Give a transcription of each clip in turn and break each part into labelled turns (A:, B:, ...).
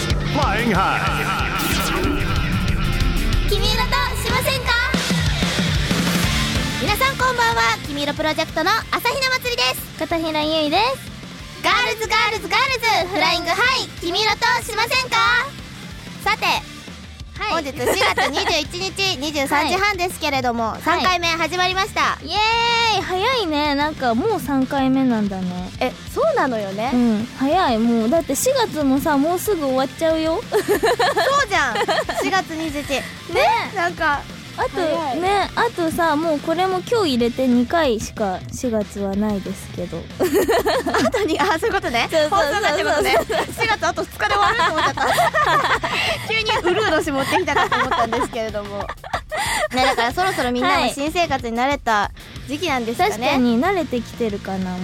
A: ンハ
B: 君色としませんか皆さんこんばんは君色プロジェクトの朝比奈まつりです片平ゆいですガールズガールズガールズフライングハイ君色としませんかさて、本日4月21日 23時半ですけれども、3回目始まりました
C: イエーイ早いねなんかもう3回目なんだね
B: えそうなのよね
C: うん早いもうだって4月もさもうすぐ終わっちゃ うよ
B: そうじゃん4月21日
C: ね
B: なんか
C: あと
B: 早い
C: ねあとさもうこれも今日入れて2回しか4月はないですけど
B: 後にあそういうことね
C: そうそうそ
B: 放
C: う
B: 送だってことね4月あと2日で終わると思っちゃった 急にうるう年持ってきたかと思ったんですけれどもねだからそろそろみんな
C: は
B: も
C: い
B: 新生活に慣れた時期なんですか
C: 確か
B: ね
C: に慣れてきてるかなも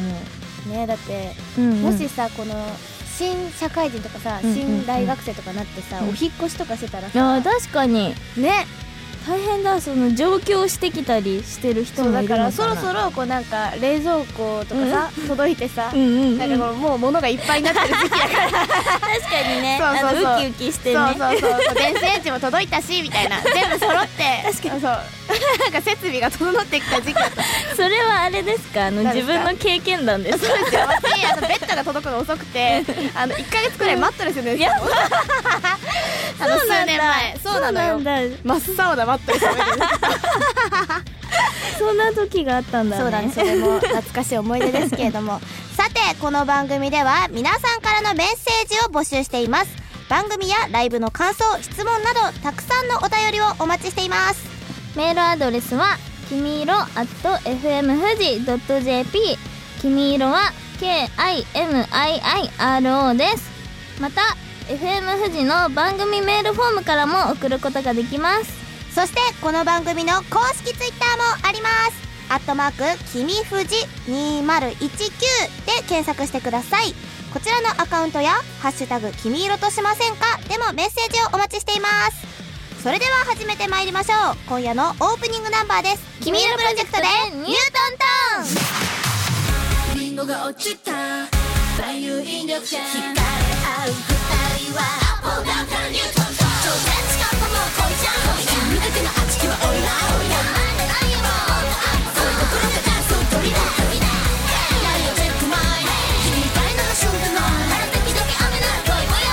B: ねだって
C: う、うんうん
B: もしさこの新社会人とかさ
C: うんうんうん
B: 新大学生とかなってさ
C: うん
B: お引っ越しとかしてたら
C: あ
B: さ
C: ー確かに
B: ね
C: 大変だその上京してきたりしてる人
B: そう
C: もい
B: だ
C: るのか
B: か
C: な
B: らそろそろこうなんか冷蔵庫とかさ届いてさ
C: うんうん、うん、
B: なんかこうもう物がいっぱいになってる時期だから
C: 確かにね
B: そうそうそう
C: あのウキウキしてね
B: そうそうそうそう 電子レンジも届いたしみたい な全部揃って確かにそう なんか設備が整ってきた時期だった
C: それはあれですかあの
B: 何で
C: 自
B: すか
C: 分の経験談です
B: そうですよ私あのベッドが届くの遅く てあの1か月くらい待ったんですよね
C: や
B: あの数年前そうなのよ
C: そうなんだ
B: 真っ青なマットレスを見てる
C: そんな時があったんだね
B: そうだねそれも懐かしい思い出ですけれ どもさてこの番組では皆さんからのメッセージを募集しています番組やライブの感想質問などたくさんのお便りをお待ちしています
C: メールアドレスはきみいろ at fmfuji.jp きみいろは k-i-m-i-i-r-o ですまた FM 富士の番組メールフォームからも送ることができます
B: そしてこの番組の公式ツイッターもありますアットマークきみふじ2019で検索してくださいこちらのアカウントや「ハッシュタグ君色としませんか?」でもメッセージをお待ちしていますそれでは始めてまいりましょう今夜のオープニングナンバーです「君色プロジェクト」で「ニュートントン」
D: リンゴが落ちた万有引力者惹かれ合う二人はアップダウンからニュートンと超絶カップもう恋じゃん君だけのあちきはオイラオイラないよそういうところがダンスを取りだ取りだやよチェックマイ君以外ならシュンとない晴れ時々雨なら恋模様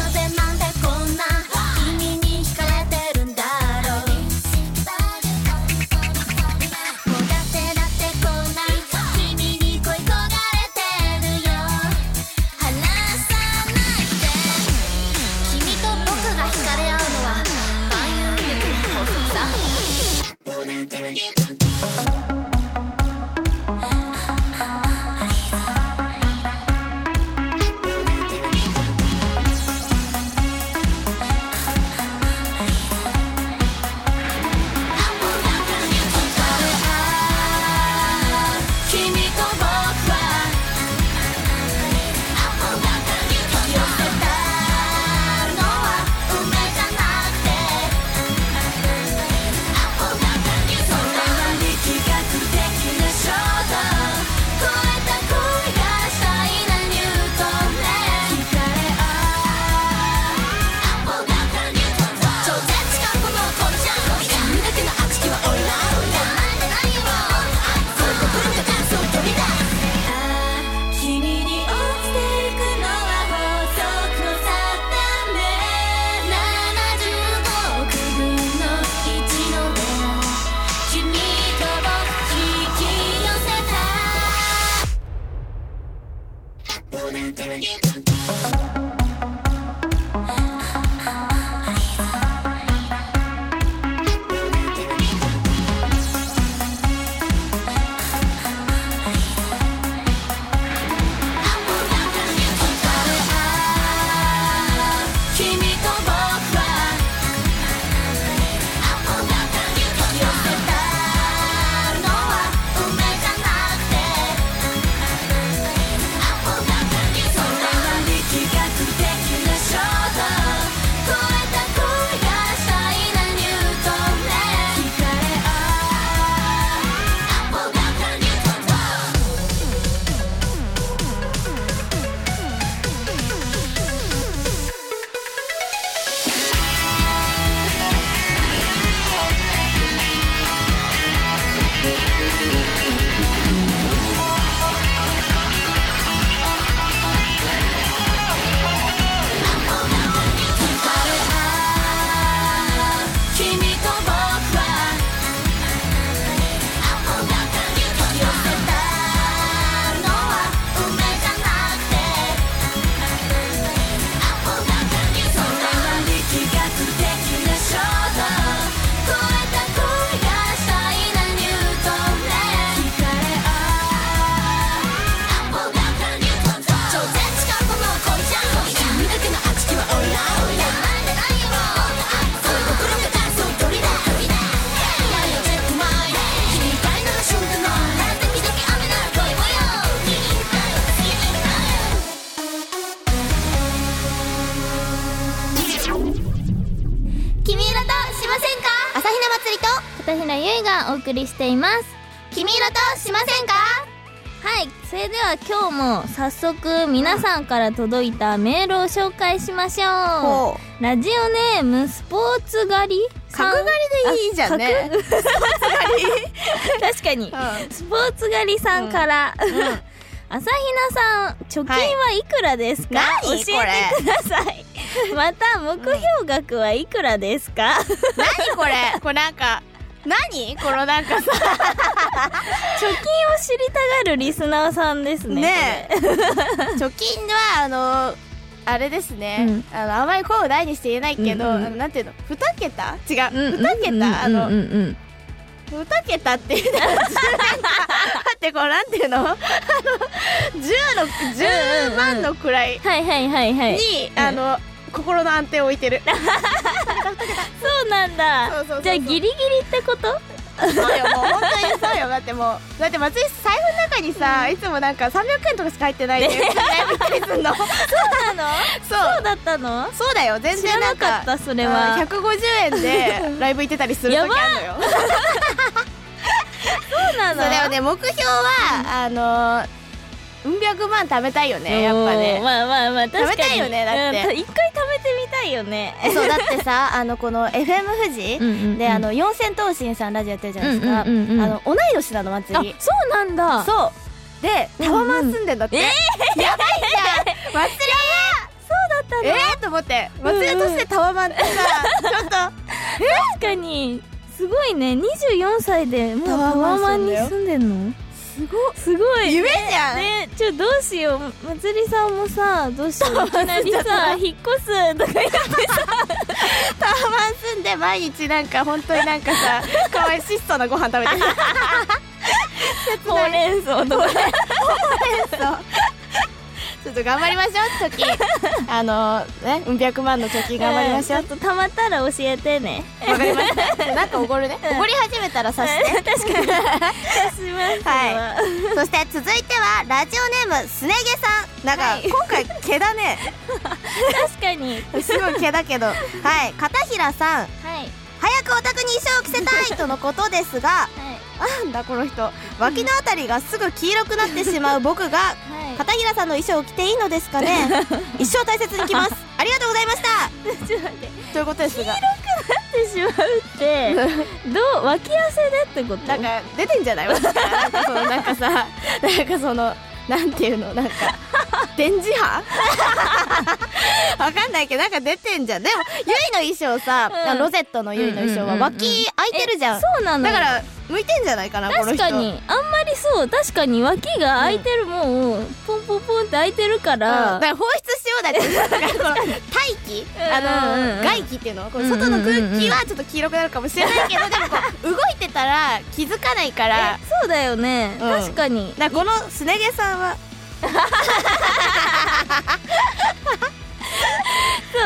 D: なぜなんでこんな君に惹かれてるんだろうもうだってだってこんな君に恋焦がれてるよ離さないで君と僕が惹かれ合うのは万有力の法則だ君と僕は寄せたのは梅じゃなくてそれは力学的な衝動超えた恋がしたいなニュートンね惹かれ合う超絶感この恋じゃん君だけのあちきはオイラないよそういう心がダンスを飛び出す「君に落ちていくのは法則の定め」「75億分の1ので君と僕引き寄せた」 「君と僕は寄せたのは梅じゃなくて」「それは
C: 送りしています
B: 君色としませんか
C: はいそれでは今日も早速皆さんから届いたメールを紹介しましょう
B: ほう
C: ラジオネームスポーツ狩りさん
B: 角刈りでいいじゃんね
C: 確かにスポーツ狩りさんから、 朝比奈さん貯金はいくらですか、
B: はい
C: 教
B: 何
C: えてくださいまた目標額はいくらですか、貯
B: 何これこれなんか何このなんかさ
C: 金を知りたがるリスナーさんですね
B: ねえ貯金はあのあれですね、あのあまり声を大にして言えないけど、
C: うんうん
B: あのなんていうの二桁違う、
C: うんうん
B: 二桁あの、
C: うんうんうん
B: 二桁って言うの なんか待ってこうなんていうのあの10の10万のくらいに、
C: はいはいはいはいうん
B: あの心の安定を置いて る
C: そうなんだ
B: そうそうそうそう
C: じゃあギリギリってこと
B: そうよもう本当にそうよだってもうだって松井財布の中にさ、いつもなんか300円とかしか入ってないっていうびっくりす んの
C: そうなの
B: そう
C: そうだったの
B: そうだよ全
C: 知ら
B: 然
C: なんかったそれ
B: あ
C: は
B: ー150円 でライブ行ってたりする時あるのよ
C: そうな
B: そ
C: の
B: れをね目標は、あのー、うん百万貯めたいよねやっぱ
C: おー
B: ね
C: まあまあまあ確かに
B: 食べたいよねだって
C: うん一回食べてみたいよね
B: そうだってさ あのこの FM 富士、
C: うんうんうん
B: であの四千頭身さんラジオやってるじゃないですか、
C: うんうんうんうん
B: あの同い年なの祭
C: あ
B: り
C: そうなんだ
B: そうで
C: うん
B: タワマン住んでんだって、
C: え
B: やばいじゃん祭り
C: だったの
B: ええー、と思って祭りとしてタワマンってさ、ちょっと
C: 確かにすごいね24歳でもう
B: タ
C: タ
B: ワ
C: ワ
B: ー
C: マ
B: マ
C: ン
B: ン
C: に
B: 住
C: 住んでんの
B: すご
C: すごい
B: 夢じゃん、
C: ねちょどうしようまつりさんもさどうしよういきなり さ引っ越すとか言って
B: タワマン住んで毎日なんか本当になんかさかわい質素なご飯食べてる
C: ほうれん草とか
B: ちょっと頑張りましょう貯金あのねうん百万の貯金頑張 りましょう
C: うんちょっとたまったら教えてね
B: わかりましたなんかおごるねおごり始めたらさして
C: 確かにそうします
B: はそして続いてはラジオネームすねげさんなんか、今回毛だね
C: 確かに
B: すごい毛だけどはい片平さん
C: はい
B: 早くお宅に衣装を着せたいとのことですがなんだこの人脇のあたりがすぐ黄色くなってしまう僕が
C: はいはい
B: 片平さんの衣装を着ていいのですかね 一生大切に着ますありがとうございました
C: ちょっと待って
B: ということですが
C: ってしまう ってどう脇汗でってこと
B: なんか出てんじゃない私からなんかそのなんか さなんかそのなんていうのなんか電磁波わかんないけどなんか出てんじゃんでもゆいの衣装さ、
C: うん
B: ロゼットのゆいの衣装は
C: うんうんうんうん
B: 脇開いてるじゃん、
C: えそうなの
B: だから向いてんじゃないかなこの
C: 確
B: 人
C: かにあんまりそう確かに脇が開いてる、もうポンポンポンって開いてるか
B: うん
C: ら、
B: だから放出しようだってなんかこの大気
C: うんうん
B: あ
C: うん
B: の外気っていうのこう外の空気はちょっと黄色くなるかもしれないけどでもこう動いてたら気づかないから
C: えそうだよね、
B: ん
C: 確かに
B: だからこのすね毛さんは
C: そ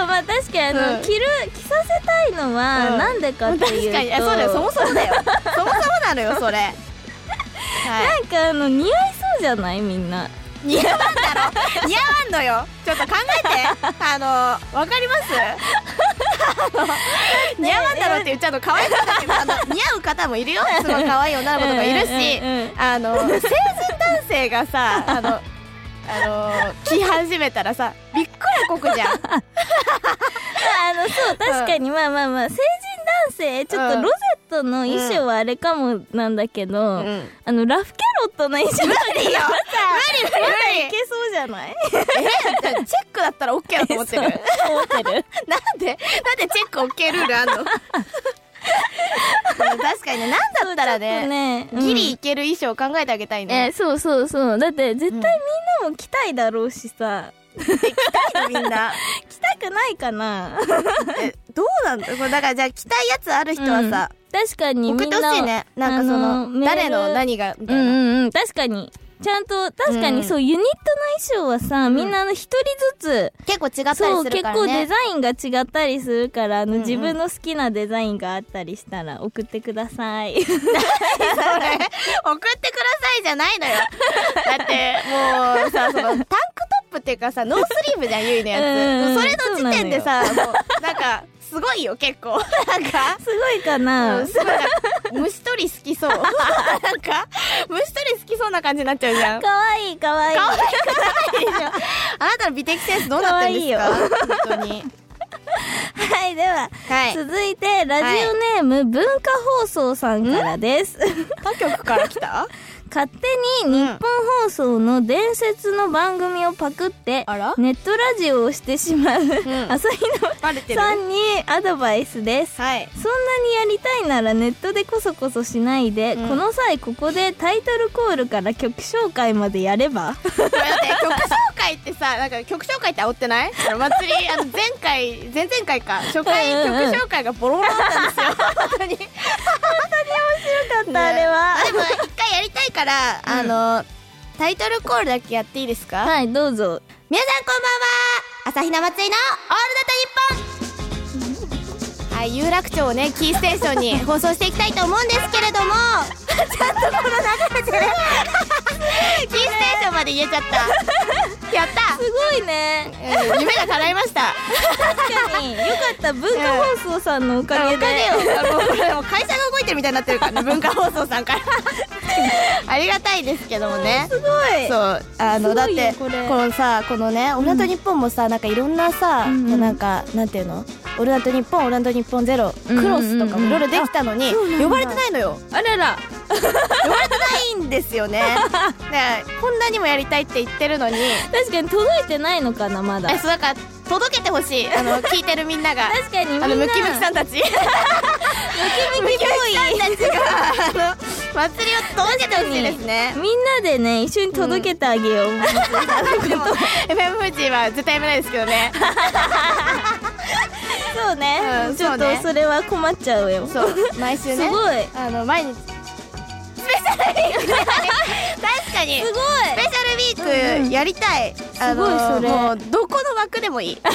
C: うまあ確かにあの、
B: うん
C: 着る着させたいの
B: う
C: は
B: ん
C: なんでかってい
B: 確
C: うと、
B: かにあそうだよそもそもだよそもそもなのよ それはい
C: なんかあの似合いそうじゃないみんな
B: 似合わんだろ似合わんのよちょっと考えてあのわかります 似合わんだろって言っちゃうの可愛いそうだけどあの似合う方もいるよすごい可愛い女の子とかいるし
C: うんうんうんうん
B: あの成人男性がさあのあの着始めたらさびっくらこくじゃん
C: ああのそう確かに、まあまあまあ成人男性ちょっと
B: うん
C: ロゼットの衣装はあれかもなんだけど、
B: ん
C: あのラフキャロットの衣装とか
B: いいよ無理無理
C: いけそうじゃない
B: 無理えチェックだったら OK だと思ってる
C: 思ってる
B: なんでなんでチェック OK ルールあんの確かにねなんだったらね
C: ねうん
B: ギリいける衣装を考えてあげたい
C: え
B: ね、
C: そうそうそうだって絶対みんなも着たいだろうしさ、
B: みんな
C: 着たくないかな
B: えどうなんだこれだからじゃあ着たいやつある人はさ、
C: 確かに
B: 送
C: み
B: っ
C: ん
B: て
C: な
B: ほしいねなんかその、
C: あメール
B: 誰の何がみ
C: う
B: たいな、
C: んうんうん確かにちゃんと確か
B: う
C: に
B: ん
C: そう、ユニットの衣装はさみんなあの一人ずつ、
B: 結構違ったりするからね
C: そう結構デザインが違ったりするからあの、
B: うんうん
C: 自分の好きなデザインがあったりしたら送ってください
B: それ送ってくださいじゃない のよだってもうさそのタンクトップっていうかさノースリーブじゃんゆいのやつ、
C: うんうん
B: それの時点でさもうなんかすごいよ結構なんか
C: すごいかな、
B: うんすごいなんか虫取り好きそう なんか虫取り好きそうな感じになっちゃうじゃん
C: 可愛い可愛い
B: あなたの美的センスどうなってるんですか本当に
C: はいでは、
B: はい
C: 続いてラジオネーム、文化放送さんからです
B: 他局から来た
C: 勝手に日本放送の伝説の番組をパクって、
B: あら
C: ネットラジオをしてしまう、 朝日
B: バレて
C: 野
B: る
C: さんにアドバイスです
B: はい
C: そんなにやりたいならネットでこそこそしないで、
B: うん
C: この際ここでタイトルコールから曲紹介までや れば
B: だって曲紹介ってさなんか曲紹介って煽ってない あの祭りあの前回前々回か初回
C: うんうんうん
B: 曲紹介がボロボロだったん ですよ本当に
C: だったあれは
B: あでも一回やりたいから、あのタイトルコールだけやっていいですか、
C: はいどうぞ
E: 皆さんこんばんは朝比奈祭りのオールナイトニッポン
B: はい、有楽町をねキーステーションに放送していきたいと思うんですけれど もちゃんとこの流れてるキーステーションまで言えちゃったやった、
C: すごいね
B: うん夢が叶いました
C: 確かによかった文化放送さんのおかげで、
B: お金をあのこれもう会社が動いてるみたいになってるからね文化放送さんから ありがたいですけどもね
C: すごい
B: そうあの
C: す
B: だっ
C: ごいよ
B: てこ
C: これ
B: のさこのね「オールナイトニッポン」もさなんかいろんなさ、
C: うんうん
B: なんかなんていうの「オールナイトニッポン」「オールナイトニッポンゼロ、
C: うんうんうん
B: クロスとかもいろいろできたのに呼ばれてないのよ
C: あら ら
B: 呼ばれてないんです よねねこんなにもやりたいって言ってるのに
C: 確かに届いてないのかなまだ
B: えそうだから届けてほしいあ の聞いてるみんなが
C: 確かにみんな
B: あのムキムキさん たちムキムキムキさんたちが あの祭りを届けてほしいですね
C: みんなでね一緒に届けてあげよう、
B: で も FM 富士は絶対やめないですけどね
C: そうね、
B: うん
C: ちょっ
B: そう
C: と
B: ね
C: それは困っちゃうよ
B: そう毎週
C: す
B: ね
C: ごい
B: あの毎日スペシャルウィーク 確かに
C: すごい
B: スペシャルウィークやりたい、あの
C: すごいそれ
B: もうどこの枠でもい い正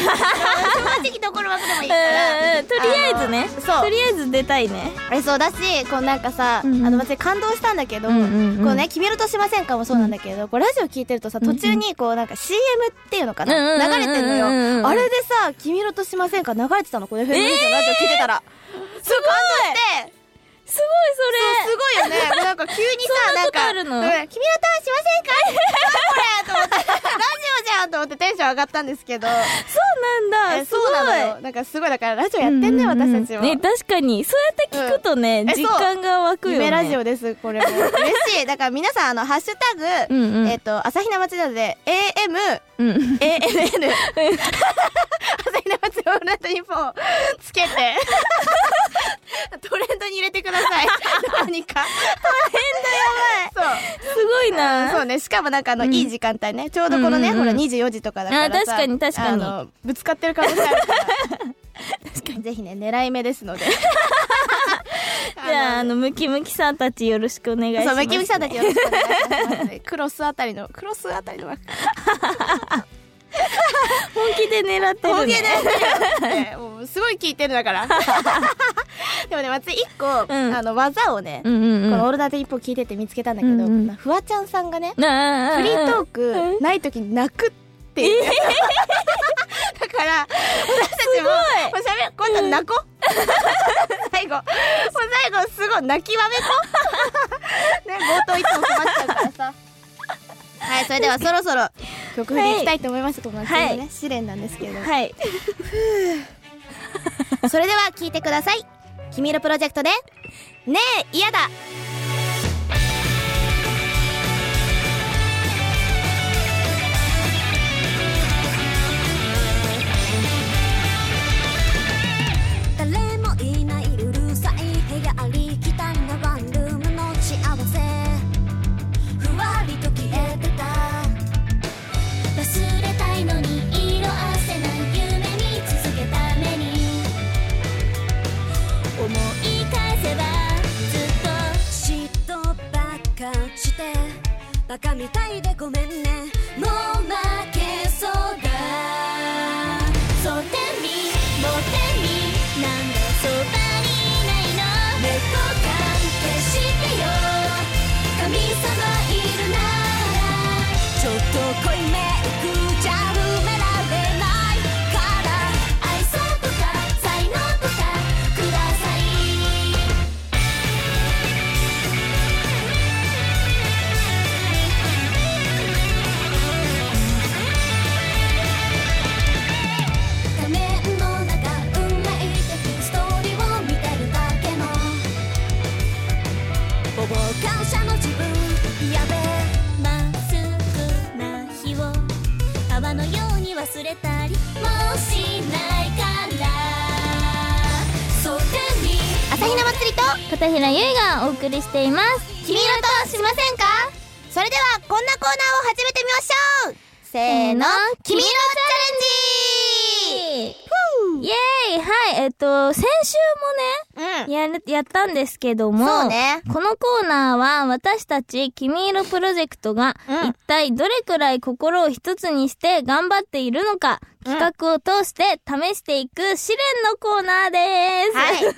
B: 直どこの枠でもいいから
C: うんうんとりあえずね
B: あのそう
C: とりあえず出たいね
B: えそうだしこうなんかさ、
C: うんうん
B: あの私感動したんだけど、
C: うんうんうん
B: こうね「決めるとしませんか?」もそうなんだけど、こうラジオ聞いてるとさ途中にこうなんか CM っていうのかな、
C: うんうんうんうん
B: 流れてんのよ、
C: うんうんうん
B: あれでさ「決めるとしませんか?」流れてたのこれ FM のラジオ聞いてたら、すごい感動して
C: すご
B: そうすご いよねもうなんか急にさ
C: そん
B: な
C: な
B: ん
C: こと
B: か
C: あるの
B: うん君のターンしませんか?」これと思ってラジオじゃんと思ってテンション上がったんですけど
C: それそうなん
B: え
C: だす
B: そうなの
C: ご
B: よなんかすごいだからラジオやってんね、
C: い
B: 私たちも、
C: ね確かにそうやって聞くとね、
B: んえそう
C: 実感が湧くよね
B: 夢ラジオですこれも嬉しいだから皆さんあのハッシュタグ、
C: うんうん
B: えっ、と朝比奈町なので AM
C: うん
B: ANN 朝比奈町オールナイトニッポンつけてトレンドに入れてくだ さい何かトレンドやばいそう
C: すごいな
B: そうねしかもなんかあの、いい時間帯ねちょうどこのね、
C: うんうんうん
B: ほら24時とかだからさ
C: あ確かに確かに
B: あのぶつかってる可能性あるから確かにぜひね狙い目ですので
C: じゃああのムキムキさんたちよろしくお願いします、
B: そう、
C: ね、
B: ムキムキさんたちよろしくお願いしますね。クロスあたりの、クロスあたりの枠。
C: 本気で狙ってる、ね、
B: 本気でねもうすごい聞いてるんだ から。でもね、松井一個、
C: ん
B: あの、技をね、
C: うんうんうん
B: このオールナイト一本聞いてて見つけたんだけど、
C: うんうん
B: まあフワちゃんさんがね、
C: なあ
B: フリートー
C: うん
B: クない時に泣くっていう。だから、私たちも、もう喋る、今度は泣こう。最後、もう最後、すごい泣きわめこう。ね、冒頭いつも困っちゃうからさ。はい、それではそろそろ曲振りいきたいと思います。この
C: はい
B: 次ね、試練なんですけれども。
C: はい
E: それでは聞いてください君色プロジェクトでねえ嫌だ
D: 誰もいないうるさい部屋ありきたりなワンルームの幸せふわりと消えてた忘れたいのに色あせない夢見続けた目に思い返せばずっと嫉妬ばっかしてバカみたいでごめんねもう負けそうだそうてみもてみなんでそばにいないの猫感消してよ神様いるならちょっと濃いめくじゃ埋められないから愛想とか才能とかください「
C: 片平優がお送りしています
F: 君色としませんかそれではこんなコーナーを始めてみましょうせーの君色チャレンジ
C: イエーイはい、えっと、先週
F: う
C: も
F: ん
C: ね、やる、やったんですけども、
F: そうね
C: このコーナーは私たち君色プロジェクトが
F: うん
C: 一体どれくらい心を一つにして頑張っているのか、
F: うん
C: 企画を通して試していく試練のコーナーです。
F: はい。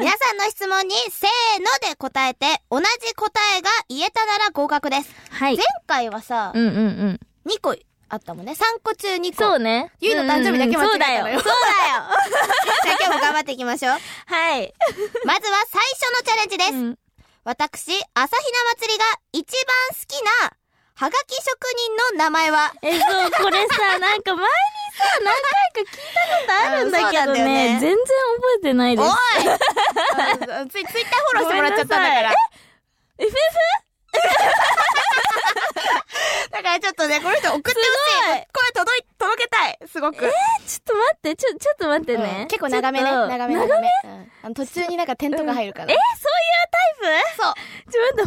F: 皆さんの質問にせーので答えて同じ答えが言えたなら合格です
C: はい。
F: 前回はさ
C: うんうんうん。
F: 2個あったもんね3個中2個
C: そうね。
B: ゆいの誕生日だけ間違えたのよ
C: うんうんそうだよ。そう
F: じゃあ今日も頑張っていきましょう
C: はい。
F: まずは最初のチャレンジです、
C: うん
F: 私朝比奈祭りが一番好きなはがき職人の名前は
C: え、そう、これさ、なんか前にさ、何回か聞いたことあるんだけど
F: うんそうなんだよ
C: ね、
F: ね
C: 全然覚えてないで
F: おい
C: す。
B: あツイツイッターフォローしてもらっちゃったんだから。
C: FF?
B: だからちょっとね、この人送ってほしい。声届い、届けたい。すごく。
C: ちょっと待って、ちょ、ちょっと待ってね。
B: うん結構長めね。
C: ちょっと
B: 長め長め。うんあの途中になんか点とか入るか
C: え、そう
B: ら
C: いう。タイプ
B: そう。
C: ちょ、待って、本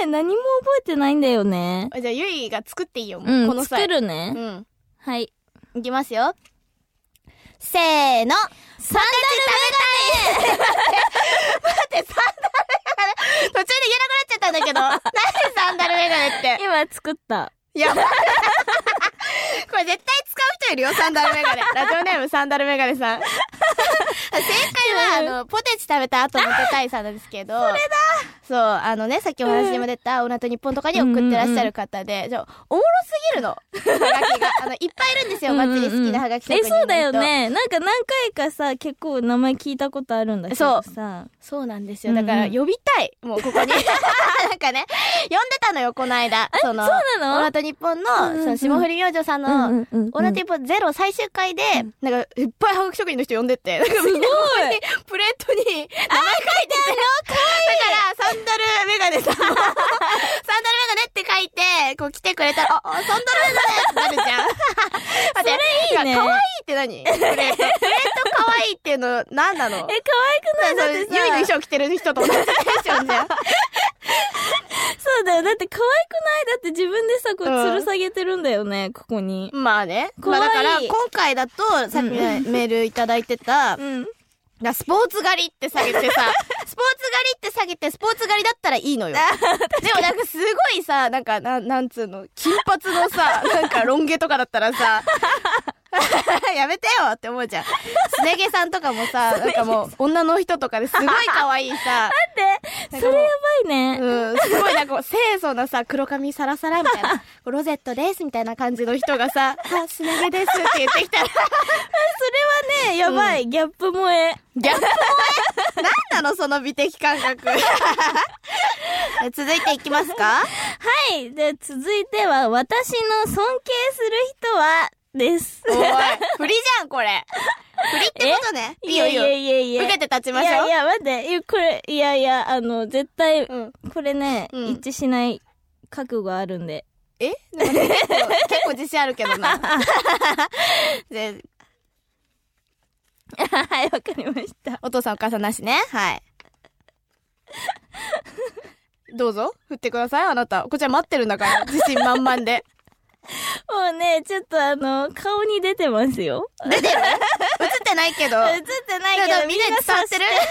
C: 当にね、何も覚えてないんだよね。
B: じゃあ、ゆいが作っていいよ、もうこ
C: う
B: の
C: ん、
B: 際。
C: 作るね。
B: うん。
C: はい。
B: いきますよ。
F: せーの
C: サン
B: 途中で言えなくなっちゃ ったんだけど。何でサンダルメガネっ
C: ダ
B: て。
C: ル今作った。
B: やばい。 これ絶対使う人いるよ、サンダルメガネ。 ラジオネームサンダルメガネさん。正解は、あの、ポテチ食べた後のけたいさんなんですけど。それだそう、あのね、さっきお話にも出た、オールナイトニッポンとかに送ってらっしゃる方で、じゃあおもろすぎるの。はがきが。あの、いっぱいいるんですよ、お祭り好きなはがき職
C: え、
B: 人の人
C: そうだよ。ね。なんか何回かさ、結構名前聞いたことあるんだけどさ。
B: そうなんですよ。
C: うんう
B: だ
C: ん
B: から、呼びたい。もう、ここに。 なんかね、呼んでたのよ、この間。その、
C: そう
B: オー
C: な
B: ラ
C: の
B: と日本の、
C: うんうん
B: その、霜降り明星さんの、
C: うんうんうん
B: オーラと日本ゼロ最終回で、なんか、いっぱいハグ職人の人呼んでって、なんかみんなここに、プレートに、名前書いてて、だから、サンダルメガネ さんも、サンダルメガネって書いて、こう来てくれたら、あ、あサンダルメガネってなるじゃん。そ
C: それいいね
B: 可愛いって何プレート。プレート可愛いっていうの、何なの
C: え、可愛くないだって
B: ゆい
C: さ
B: の衣装着てる人と同じテンション じゃん。
C: そうだよ。だって可愛くないだって自分でさ、こう、吊る下げてるんだよね、ここに。
B: まあね。
C: 怖い
B: まあだから、今回だと、さっきメールいただいてた、
C: うん。
B: なスポーツ狩りって下げてさ、スポーツ 狩りって下げて、スポーツ狩りだったらいいのよ。でもなんかすごいさ、なんか、なん、なんつうの、金髪の さ、なんかロン毛とかだったらさ、 やめてよって思うじゃん。すね毛さんとかも さ、なんかもう、女の人とかですごい可愛い さ、
C: それやばいね。
B: うん、すごいなんかこう清楚なさ、黒髪サラサラみた いな、こうロゼットですみたいな感じの人がさ、あ、すね毛ですって言ってきたら、
C: それはね、やばい。ギャップ萌え。
B: ギャップ萌え何なのその美的感 覚。
F: え続いていきますか
C: はい。で、続いては、私の尊敬する人は、です。
B: おい、振りじゃん、これ。振りってことね。 いいよいいよ。
C: やいやいやい
B: 受
C: や
B: け。て立ちま
C: い
B: しょ
C: や
B: う。
C: いや、待って。いやこれ、いやいや、あの、絶対、
B: うん
C: これね、
B: うん
C: 一致しない覚悟ある んで。
B: えでもね結構結構自信あるけど な。で
C: はい、わかりました。
B: お父さんお母さんなしね。はい。どうぞ、振ってください、あなた。こちら待ってるんだから、自信満々で。
C: もうね、ちょっとあの、顔に出てますよ。
B: 映ってないけど。
C: 映ってないけ
B: だか
C: ど、
B: らみ
C: み
B: ん
C: ん
B: なに
C: な
B: 伝わっ
C: 察
B: て
C: し
B: る
C: て、察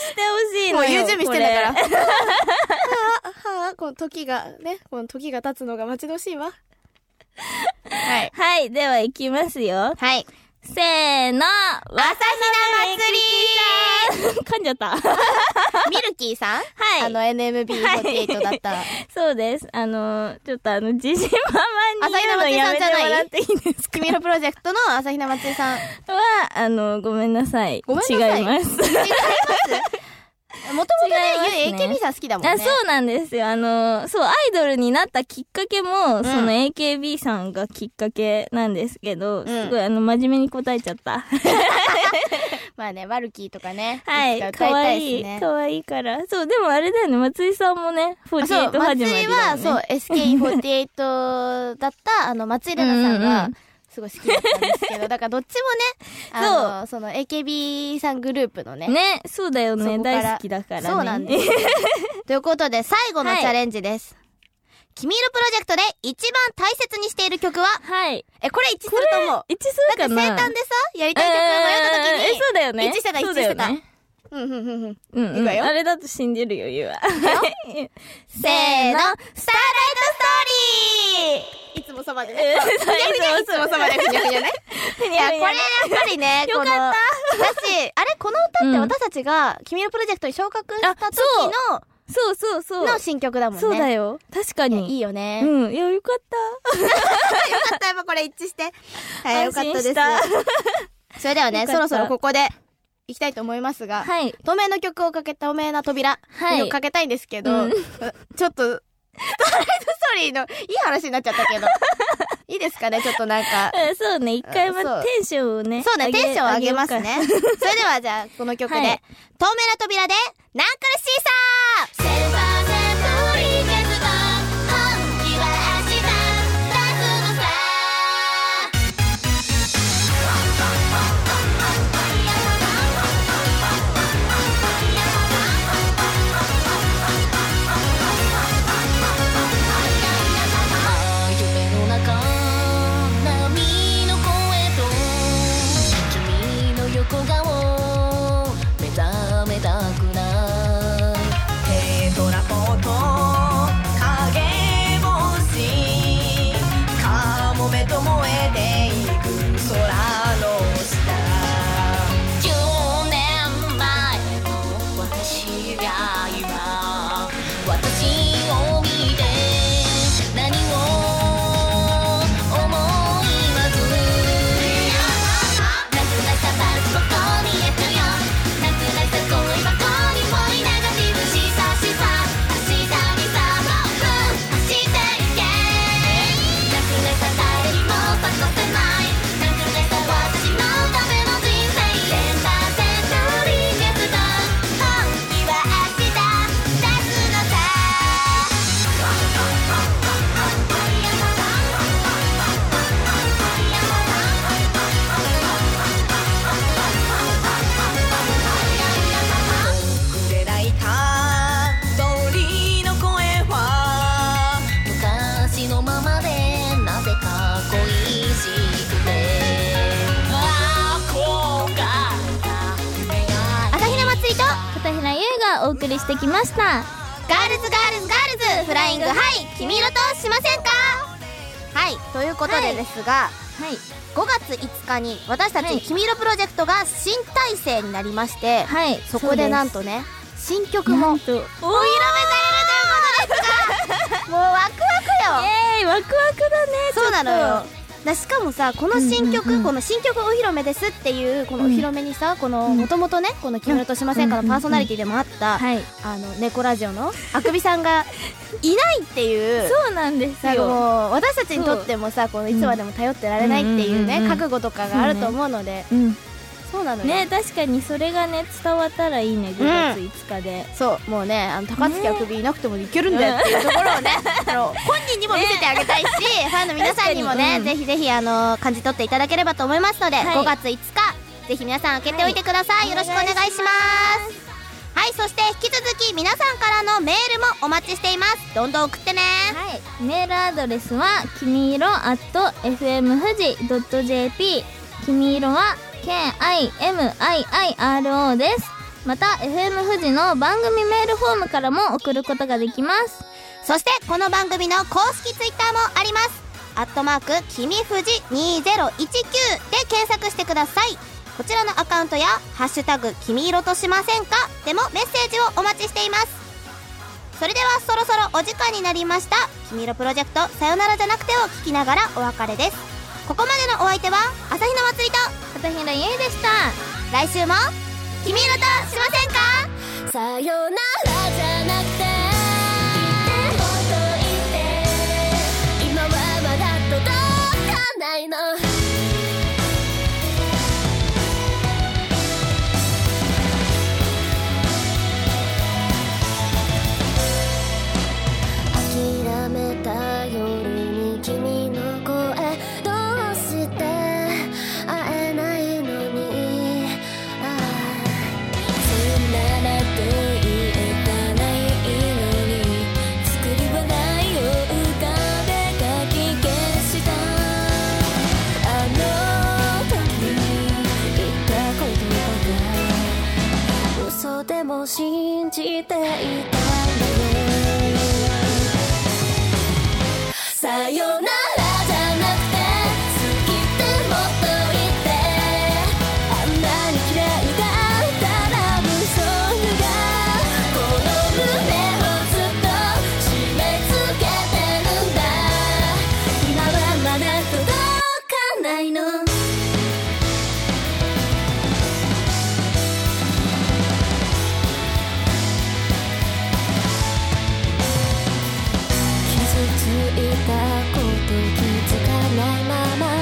C: してほしい
B: も
C: の
B: う
C: よ。
B: 言う準備してんだから。
C: これ。
B: はあ、はあ、この時がね、この時が経つのが待ち遠しいわ。はい。
C: はい、では行きますよ。
B: はい。
C: せーの、わ
B: 朝
C: り噛んじゃった。
B: 日奈祭りミルキーさん
C: はい
B: あの NMB48 だった。
C: そうです。あの、ちょっとあの、自信満々に
B: 朝日
C: 言うの
B: 奈まつりさん
C: やめて
B: じゃない
C: もらっていいですか
B: 君のプロジェクトの朝日奈祭りさん。
C: は、あの、ごめんなさい。
B: ごめんなさい
C: 違いま
B: 違
C: す。
B: い ます。もともとね、
C: 違い
B: ゆ
C: ま
B: う
C: すね
B: AKB さん好きだもんね。
C: あそうなんですよ。あの、そう、アイドルになったきっかけも、その AKB さんがきっかけなんですけど、すごい、あの、真面目に答えちゃった。
B: まあね、ワルキーとかね。
C: はい
B: つか。歌
C: か
B: い
C: わ
B: たい
C: い
B: です
C: い
B: ね。。
C: かわいいから。そう、でもあれだよね、松井さんもね、48始
B: そう、
C: まりだよ
B: 祭り
C: ね。
B: は、そう、SK48 だった、あの、松井玲奈さん
C: うんうんう
B: が
C: ん、
A: すごい好きだったんですけど、 だからどっちもね、あの、その AKB さんグループのね、
C: ね、そうだよ
A: そ
C: ね。
A: こから
C: 大好きだからね。
A: そうなん です。ということで、最後の
C: はい
A: チャレンジです。君色プロジェクトで一番大切にしている曲は、
C: はい。
A: え、これ一致すると思う。
C: 一致す
A: だって
C: るか
A: 生
C: な
A: 誕でさ、やりたい曲を迷った時
C: え
A: に、
C: そうだよね。
A: 一致してた
C: そうだよね
A: うんうんうんうん。
C: うん
A: い
C: う
A: く
C: ん。
A: わよ
C: あれだと死んでるよ、ゆうは。
A: せーの、スターライトストーリーいつもそばでね。
C: えー
A: ふにゃふにゃいつもそばでふにゃふにゃね。いや、これやっぱり ね、
C: よかった
A: この私、あれこの歌って私たちが、君のプロジェクトに昇格した時の、
C: そうそうそう。
A: の新曲だもんね。
C: そうだ
A: よ。
C: よ。確かに。
A: いいよね。
C: うん。いや、よかっ
A: よかった、やっぱこれ一致して。はい、よ
C: 安
A: かっ
C: 心
A: た
C: し
A: で
C: た
A: す。それではね、
C: よか
A: そ
C: っ
A: ろ
C: た
A: そろここで、行きたいと思います
C: た。
A: が、
C: はい。
A: 透明の曲をかけた透明な扉、
C: はい
A: をかけたいんですけど、
C: うん
A: ちょっと、ストライトストーリーのいい話になっちゃったけど、 いいですかね、ちょっとなんか。
C: うんそうね。一回ま
A: そう
C: テンションをね。
A: そうね、テンション上げますね。それではじゃあ、この曲で、
C: はい
A: 透明な扉で、ナンクルシーサー
D: 1000%リーケット本気は明日だすのさ夢の中波の声と君の横顔目覚めたくない
G: テトラポと影星カモメと燃えていく空の下
D: 10年前の私が今私を見て何を思いまずなくなったパンツ箱にえたよなくなった恋箱に恋ネガティブしさしさ明日にさもう走っていけなくなった誰にも咲かせないなくなった私のための人生100%リーゲスト本気は明日出すのさ
G: 触れないた鳥の声は
D: 昔のままでなぜか恋しくて憧れた夢が
B: 朝日奈祭りと
C: 片平優がお送りしてきました。
B: ガールズガールズガールズフライングハイ君色としませんか
A: はい、ということでですが、
C: はい。
B: 5月5日に私た
C: は
B: ち
C: い
B: 君色プロジェクトが新体制になりまして、
C: はい。
B: そこでなん
C: と。
B: とね新曲
C: な
B: も
C: んと。おーイ
B: もうワクワクよ
C: ェーイワクワクだね。
B: そうなのよ
C: ちょっ
B: だしかもさこの新曲、
C: うんうんうん
B: この新曲お披露目ですっていうこのお披露目にさ、この
C: うん
B: もともとねこの「君色としませんか」のパーソナリティでもあった、
C: と。はい。
B: あの猫ラジオのあくびさんがいないって いう
C: そうなんです
B: なんか
C: よ。
B: もう私たちにとってもさこのいつまでも頼ってられないっていうね、
C: うんうんうんうん
B: 覚悟とかがあると思うので
C: うん。
B: そうなのよ、
C: ね確かにそれがね伝わったらいいね5月5日で、
A: そう、もうね、あの、高槻あくびいなくてもいけるんだよっていうところ をね、あの、本人にも見せてあげたいし、
B: ファンの皆さんにもね
C: 確か
B: ぜひぜひあの感じ取っていただければと思いますので、
C: はい
B: 5月5日ぜひ皆さん開けておいてください、よろしくお願いしますはいそして引き続き皆さんからのメールもお待ちしていますどんどん送ってね
C: はい、メールアドレスはきみいろ at fm 富士 .jp きみいろは KIMIIRO ですまた FM 富士の番組メールフォームからも送ることができます
B: そしてこの番組の公式ツイッターもありますアットマークきみふじ2019で検索してくださいこちらのアカウントや「ハッシュタグ君色としませんか?」でもメッセージをお待ちしていますそれではそろそろお時間になりました「君色プロジェクトさよならじゃなくて」を聞きながらお別れですここまでのお相手は朝日奈祭りと
C: 片平優衣でした
B: 来週も「君色としませんか?」
D: さよならじゃなくて言って本当言って今はまだ届かないの諦めた夜に君の声どうして
C: さよならじゃなくて好きってもっと言ってあんなに嫌いだったら無ソングがこの胸をずっと締め付けてるんだ今はまだ届かないの傷ついたこと気づかないまま